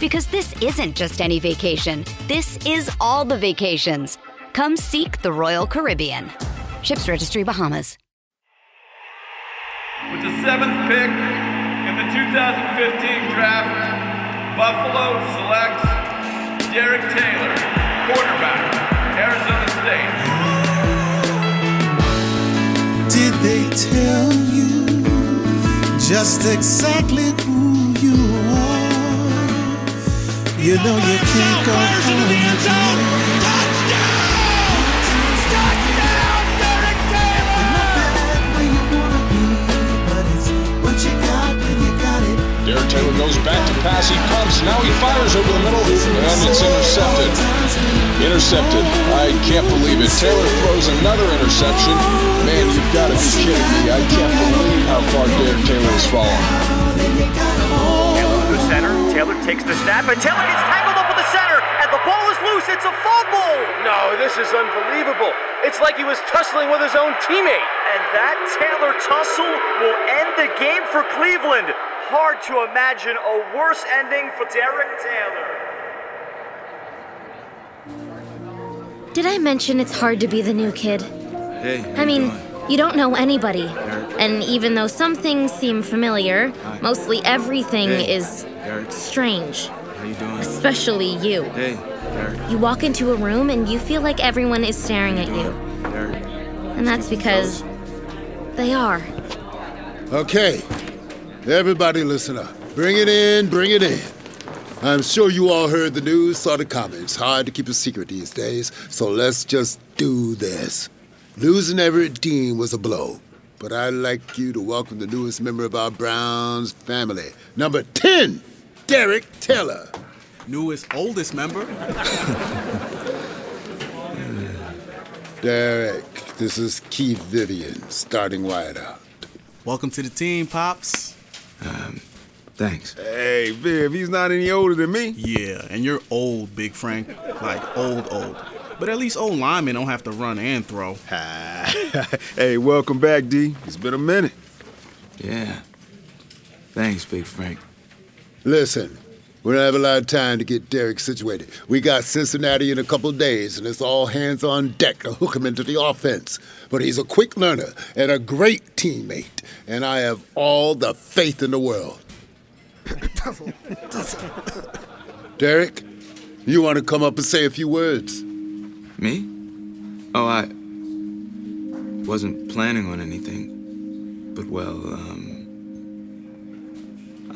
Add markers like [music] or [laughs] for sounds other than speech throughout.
Because this isn't just any vacation. This is all the vacations. Come seek the Royal Caribbean. Ships Registry Bahamas. With the seventh pick in the 2015 draft, Buffalo selects Derek Taylor, quarterback, Arizona State. Did they tell you just exactly who you are? You know you can't go home again. You're not bad where you wanna be, but it's what you got when you got it. Derek Taylor goes back to pass. He pumps. Now he fires over the middle, and it's intercepted. Intercepted. I can't believe it. Taylor throws another interception. Man, you've got to be kidding me. I can't believe how far Derek Taylor has fallen. Taylor to the center. Taylor takes the snap, and Taylor gets tangled up with the center, and the ball is loose. It's a fumble. No, this is unbelievable. It's like he was tussling with his own teammate. And that Taylor tussle will end the game for Cleveland. Hard to imagine a worse ending for Derek Taylor. Did I mention it's hard to be the new kid? I mean, you don't know anybody. And even though some things seem familiar, mostly everything is strange. Especially you. You walk into a room and you feel like everyone is staring at you. And that's because they are. Okay, everybody listen up. Bring it in, bring it in. I'm sure you all heard the news, saw the comments. Hard to keep a secret these days, so let's just do this. Losing Everett Dean was a blow, but I'd like you to welcome the newest member of our Browns family, number 10, Derek Taylor. newest, oldest member. Derek, this is Keith Vivian, starting wide out. Welcome to the team, Pops. Thanks. Hey, Viv, he's not any older than me. Yeah, and you're old, Big Frank. Like, old, old. But at least old linemen don't have to run and throw. [laughs] hey, welcome back, D. It's been a minute. Yeah. Thanks, Big Frank. Listen, we don't have a lot of time to get Derek situated. We got Cincinnati in a couple days, and it's all hands on deck to hook him into the offense. But he's a quick learner and a great teammate, and I have all the faith in the world. Derek, you want to come up and say a few words? Me? Oh, I wasn't planning on anything. But, well, um.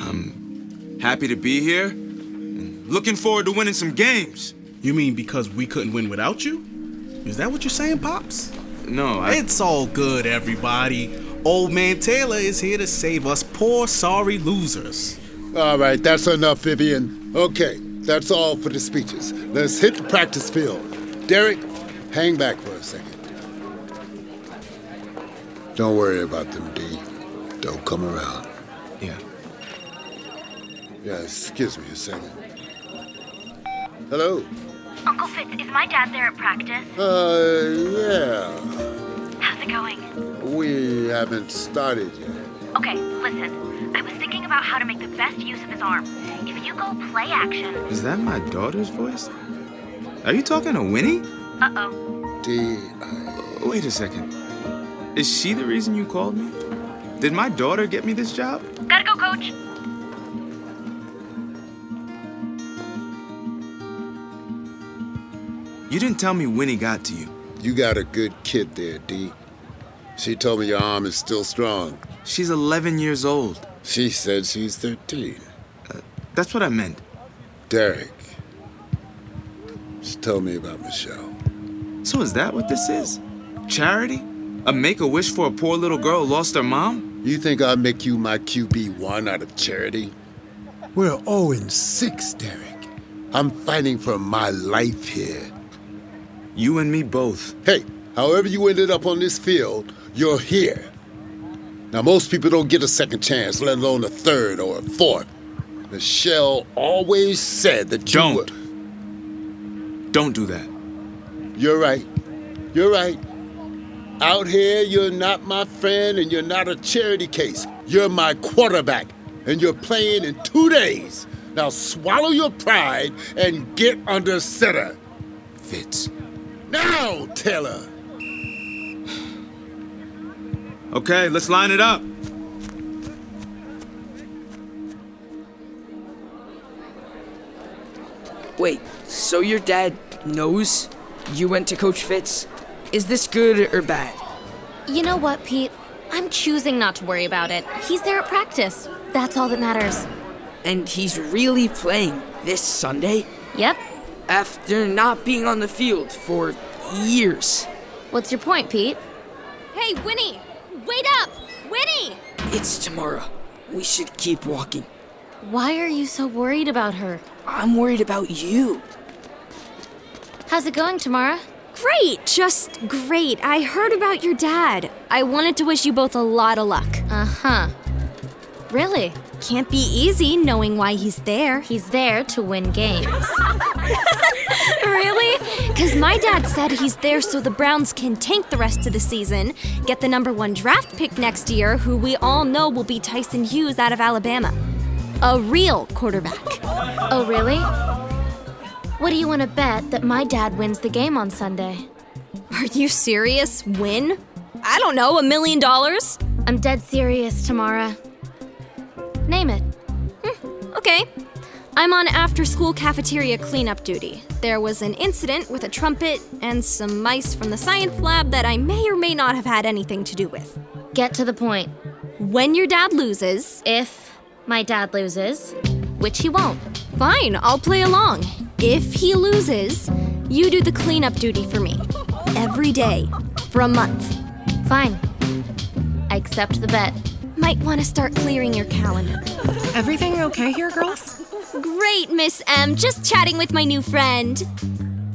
I'm happy to be here and looking forward to winning some games. You mean because we couldn't win without you? Is that what you're saying, Pops? No, I. It's all good, everybody. Old man Taylor is here to save us poor, sorry losers. All right, that's enough, Vivian. Okay, that's all for the speeches. Let's hit the practice field. Derek, hang back for a second. Don't worry about them, D. Don't come around. Yeah. Yeah, excuse me a second. Hello? Uncle Fitz, is my dad there at practice? Uh, yeah. How's it going? We haven't started yet. Okay, listen. I was thinking about how to make the best use of his arm. If you go play action. Is that my daughter's voice? Are you talking to Winnie? Uh oh. D, Wait a second. Is she the reason you called me? Did my daughter get me this job? Gotta go, coach. You didn't tell me Winnie got to you. you got a good kid there, D. She told me your arm is still strong. She's 11 years old. Uh, She said she's 13. That's what I meant. Derek. She told me about Michelle. So is that what this is? Charity? A make a wish for a poor little girl who lost her mom? You think I'll make you my QB1 out of charity? We're 0 and 6, Derek. I'm fighting for my life here. You and me both. Hey, however you ended up on this field, you're here. Now, most people don't get a second chance, let alone a third or a fourth. Michelle always said that you were- Don't. Don't do that. You're right. You're right. Out here, you're not my friend and you're not a charity case. You're my quarterback and you're playing in two days. Now swallow your pride and get under center. Fitz. Now, Taylor. Okay, let's line it up. Wait, so your dad knows you went to Coach Fitz? Is this good or bad? You know what, Pete? I'm choosing not to worry about it. He's there at practice. That's all that matters. And he's really playing this Sunday? Yep. After not being on the field for years. What's your point, Pete? Hey, Winnie! Wait up! Winnie! It's tomorrow. We should keep walking. Why are you so worried about her? I'm worried about you. How's it going, Tamara? Great! Just great. I heard about your dad. I wanted to wish you both a lot of luck. Uh huh. Really? Can't be easy knowing why he's there. He's there to win games. [laughs] really? Because my dad said he's there so the Browns can tank the rest of the season, get the number one draft pick next year, who we all know will be Tyson Hughes out of Alabama. A real quarterback. Oh, really? What do you want to bet that my dad wins the game on Sunday? Are you serious? Win? I don't know, a million dollars? I'm dead serious, Tamara. Name it. Hmm, Okay. I'm on after school cafeteria cleanup duty. There was an incident with a trumpet and some mice from the science lab that I may or may not have had anything to do with. Get to the point. When your dad loses, If my dad loses, which he won't. fine, I'll play along. If he loses, you do the cleanup duty for me. Every day. For a month. Fine. I accept the bet. Might want to start clearing your calendar. Everything okay here, girls? Great, Miss M. Just chatting with my new friend.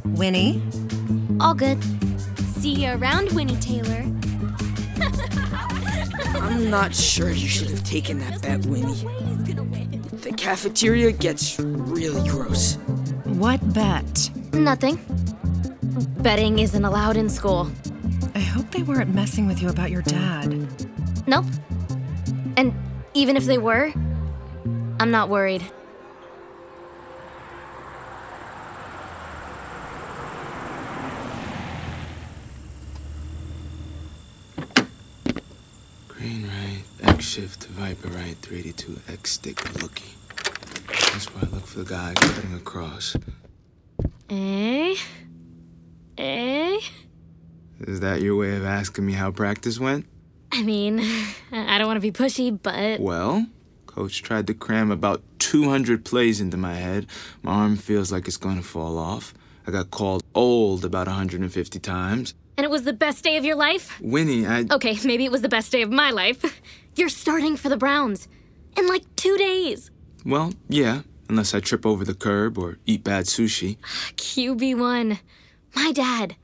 Winnie? All good. See you around, Winnie Taylor. [laughs] I'm not sure you should have taken that bet, Winnie. He's gonna win. The cafeteria gets really gross. What bet? Nothing. Betting isn't allowed in school. I hope they weren't messing with you about your dad. Nope. And even if they were, I'm not worried. Green right, X shift to Viper right, 382 X stick looky. That's where I look for the guy cutting across. Eh? Eh? Is that your way of asking me how practice went? I mean, I don't want to be pushy, but Well, coach tried to cram about 200 plays into my head. My arm feels like it's going to fall off. I got called old about 150 times. and it was the best day of your life? Winnie, I. Okay, maybe it was the best day of my life. You're starting for the Browns in like 2 days. Well, yeah, unless I trip over the curb or eat bad sushi. QB1. My dad,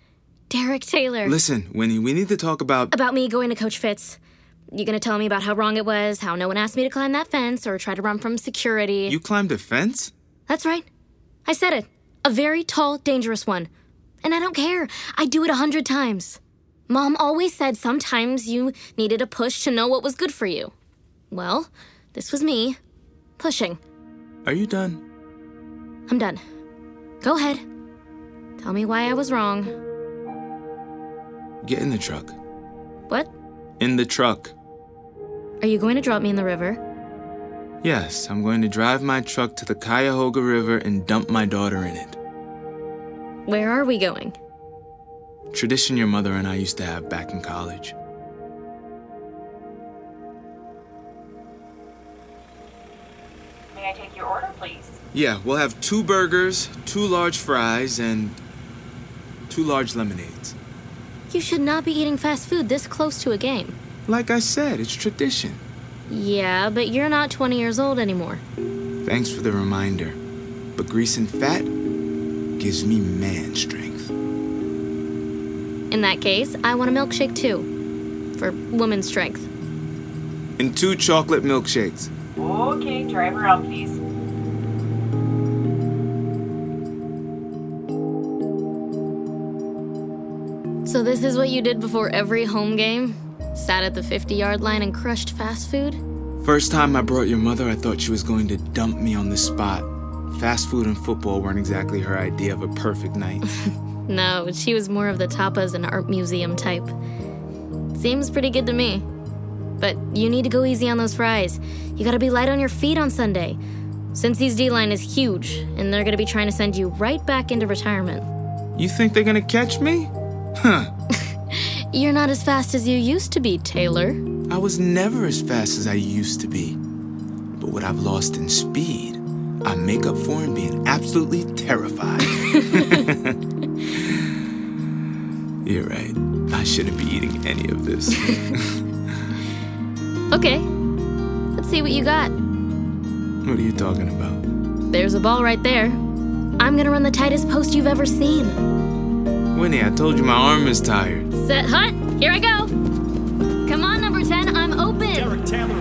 Derek Taylor. Listen, Winnie, we need to talk about. About me going to Coach Fitz. You gonna tell me about how wrong it was, how no one asked me to climb that fence or try to run from security? You climbed a fence? That's right. I said it. A very tall, dangerous one. And I don't care. I do it a hundred times. Mom always said sometimes you needed a push to know what was good for you. Well, this was me pushing. Are you done? I'm done. Go ahead. Tell me why I was wrong. Get in the truck. What? In the truck. Are you going to drop me in the river? Yes, I'm going to drive my truck to the Cuyahoga River and dump my daughter in it. Where are we going? Tradition your mother and I used to have back in college. May I take your order, please? Yeah, we'll have two burgers, two large fries, and two large lemonades. You should not be eating fast food this close to a game. Like I said, it's tradition. Yeah, but you're not 20 years old anymore. Thanks for the reminder. But grease and fat gives me man strength. In that case, I want a milkshake too. For woman's strength. And two chocolate milkshakes. Okay, drive around, please. So, this is what you did before every home game? Sat at the 50 yard line and crushed fast food? First time I brought your mother, I thought she was going to dump me on the spot. Fast food and football weren't exactly her idea of a perfect night. No, she was more of the tapas and art museum type. Seems pretty good to me. But you need to go easy on those fries. You gotta be light on your feet on Sunday. Cincy's D line is huge, and they're gonna be trying to send you right back into retirement. you think they're gonna catch me? Huh. You're not as fast as you used to be, Taylor. I was never as fast as I used to be. But what I've lost in speed, I make up for in being absolutely terrified. You're right. I shouldn't be eating any of this. Okay, let's see what you got. what are you talking about? There's a ball right there. I'm gonna run the tightest post you've ever seen. Winnie, I told you my arm is tired. Set hut, here I go. Come on, number 10, I'm open. Derek Taylor,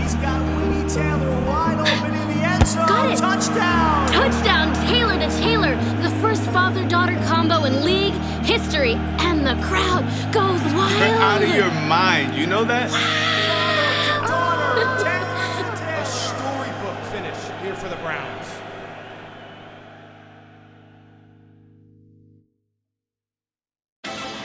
He's got Winnie Taylor wide open in the end zone. Got it. Touchdown. Touchdown, Taylor to Taylor. The first father daughter combo in league history, and the crowd goes wild. out of your mind, you know that? A storybook finish here for the Browns.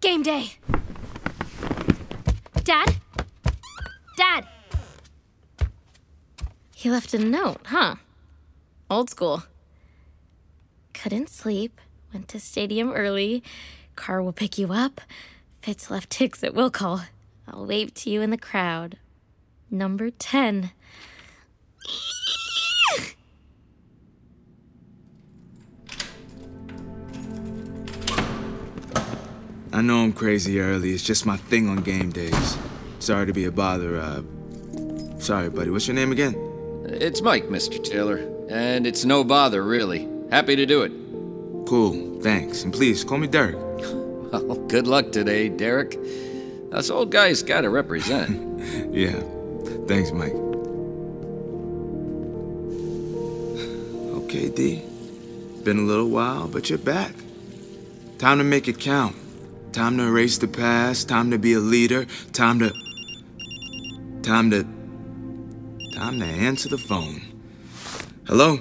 Game day. Dad? Dad! He left a note, huh? Old school. Couldn't sleep, went to stadium early. Car will pick you up. Fitz left ticks at will call. I'll wave to you in the crowd. Number 10. I know I'm crazy early. It's just my thing on game days. Sorry to be a bother. Uh, sorry, buddy. What's your name again? It's Mike, Mr. Taylor. And it's no bother, really. Happy to do it. Cool, thanks. And please, call me [laughs] Derek. well, good luck today, Derek. Us old guys gotta represent. [laughs] Yeah. Thanks, Mike. Okay, D. Been a little while, but you're back. Time to make it count. Time to erase the past. Time to be a leader. Time to. Time to. Time to answer the phone. Hello?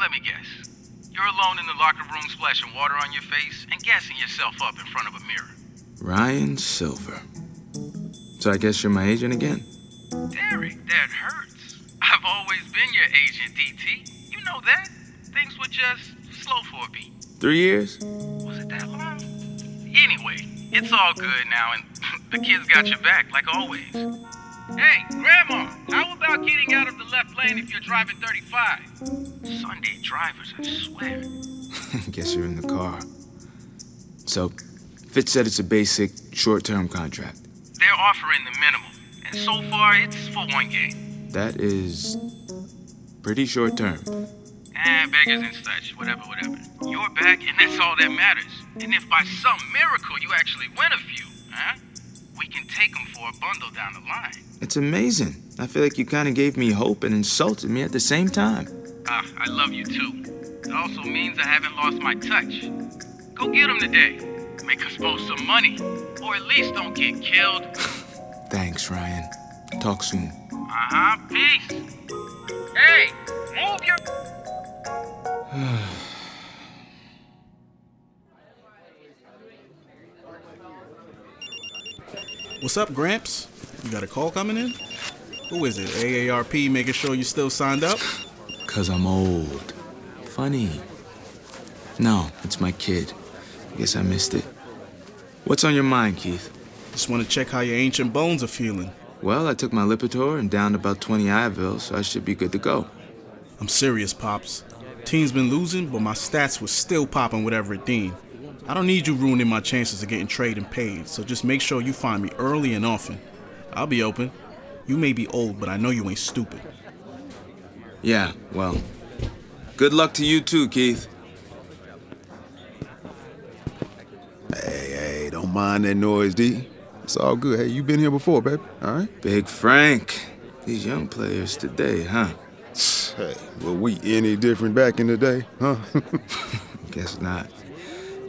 Let me guess. You're alone in the locker room splashing water on your face and gassing yourself up in front of a mirror. Ryan Silver. So I guess you're my agent again? Derek, that hurts. I've always been your agent, DT. You know that. Things were just slow for a beat. Three years? [laughs] Was it that long? Anyway, it's all good now, and [laughs] the kids got your back, like always. Hey, Grandma, how about getting out of the left lane if you're driving 35? Sunday drivers, I swear. Guess you're in the car. So, Fitz said it's a basic short term contract. They're offering the minimum, and so far it's for one game. That is pretty short term. Eh, beggars and such, whatever, whatever. You're back, and that's all that matters. And if by some miracle you actually win a few, huh? We can take them for a bundle down the line. It's amazing. I feel like you kind of gave me hope and insulted me at the same time. Ah, I love you too. It also means I haven't lost my touch. Go get them today. Make us both some money. Or at least don't get killed. Thanks, Ryan. Talk soon. [sighs] Uh huh, peace. Hey, move your. What's up, Gramps? You got a call coming in? Who is it? AARP making sure you still signed up? Cause I'm old. Funny. No, it's my kid. Guess I missed it. What's on your mind, Keith? Just want to check how your ancient bones are feeling. Well, I took my Lipitor and down about 20 Advil, so I should be good to go. I'm serious, Pops. Team's been losing, but my stats was still popping with Everett Dean. I don't need you ruining my chances of getting trade and paid, so just make sure you find me early and often. I'll be open. You may be old, but I know you ain't stupid. Yeah, well. Good luck to you too, Keith. Hey, hey, don't mind that noise, D. It's all good. Hey, you been here before, baby. All right? Big Frank. These young players today, huh? Hey, were we any different back in the day, huh? [laughs] Guess not.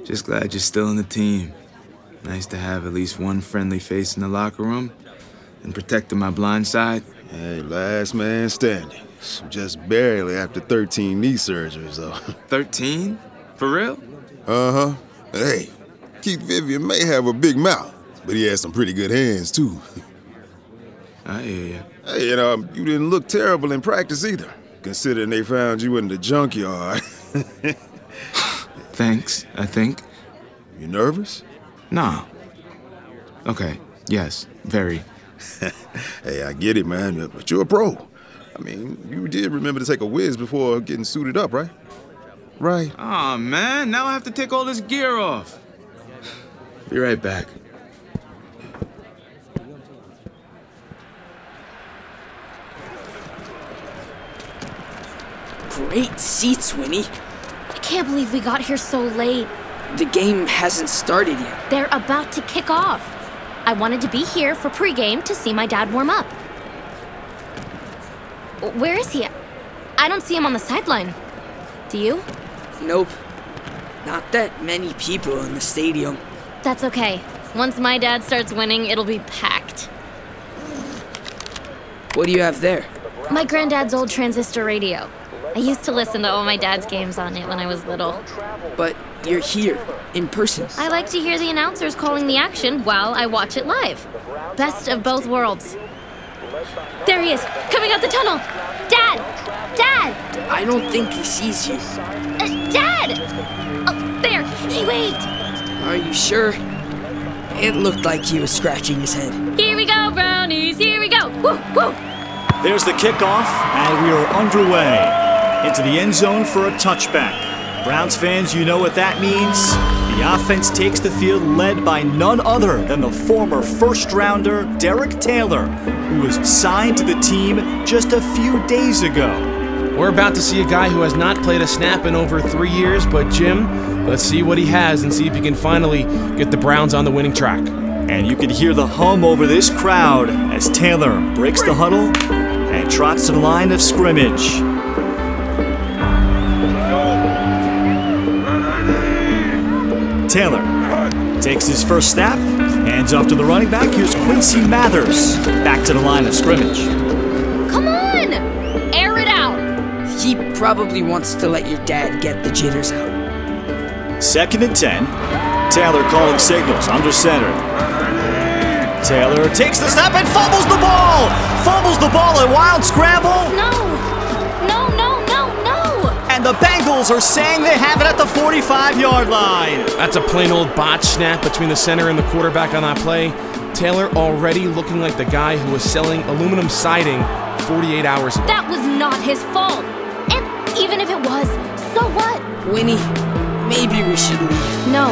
Just glad you're still in the team. Nice to have at least one friendly face in the locker room and protecting my blind side. Hey, last man standing. Just barely after 13 knee surgeries, though. [laughs] 13? For real? Uh huh. Hey, Keith Vivian may have a big mouth, but he has some pretty good hands, too. I hear you. Hey, and um, you didn't look terrible in practice either, considering they found you in the junkyard. [laughs] Thanks, I think. You nervous? Nah. Okay, yes, very. [laughs] hey, I get it, man, but you're a pro. I mean, you did remember to take a whiz before getting suited up, right? Right. Aw, man, now I have to take all this gear off. Be right back. Great seats, Winnie. I can't believe we got here so late. The game hasn't started yet. They're about to kick off. I wanted to be here for pregame to see my dad warm up. Where is he? I don't see him on the sideline. Do you? Nope. Not that many people in the stadium. That's okay. Once my dad starts winning, it'll be packed. What do you have there? My granddad's old transistor radio. I used to listen to all my dad's games on it when I was little. But you're here, in person. I like to hear the announcers calling the action while I watch it live. Best of both worlds. There he is, coming out the tunnel! Dad! Dad! I don't think he sees you. Uh, Dad! Oh, there! He waved! Are you sure? It looked like he was scratching his head. Here we go, brownies! Here we go! Woo! Woo! There's the kickoff, and we are underway into the end zone for a touchback. Browns fans, you know what that means. The offense takes the field led by none other than the former first rounder Derek Taylor, who was signed to the team just a few days ago. We're about to see a guy who has not played a snap in over three years, but Jim, let's see what he has and see if he can finally get the Browns on the winning track. And you can hear the hum over this crowd as Taylor breaks the huddle and trots to the line of scrimmage. Taylor takes his first snap, hands off to the running back. Here's Quincy Mathers back to the line of scrimmage. Come on! Air it out! He probably wants to let your dad get the jitters out. Second and 10. Taylor calling signals under center. Taylor takes the snap and fumbles the ball! Fumbles the ball, a wild scramble, No! No, no, no, no! and the Bengals are saying they have it at the 45 yard line. That's a plain old botch snap between the center and the quarterback on that play. Taylor already looking like the guy who was selling aluminum siding 48 hours ago. That was not his fault! And even if it was, so what? Winnie, maybe we should leave. No,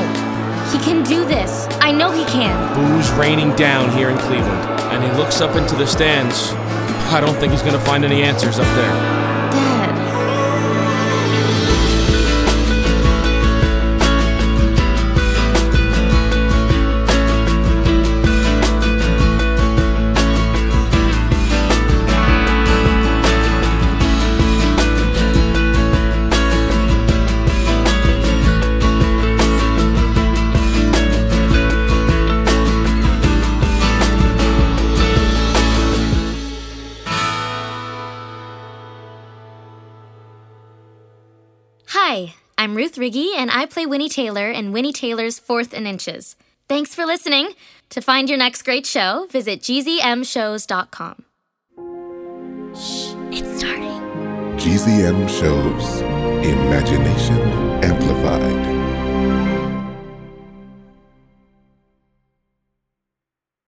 He can do this. I know he can. Booze raining down here in Cleveland, and he looks up into the stands. I don't think he's going to find any answers up there. Hi, I'm Ruth Riggy, and I play Winnie Taylor in Winnie Taylor's Fourth and Inches. Thanks for listening. To find your next great show, visit gzmshows.com. GZM shows Imagination Amplified.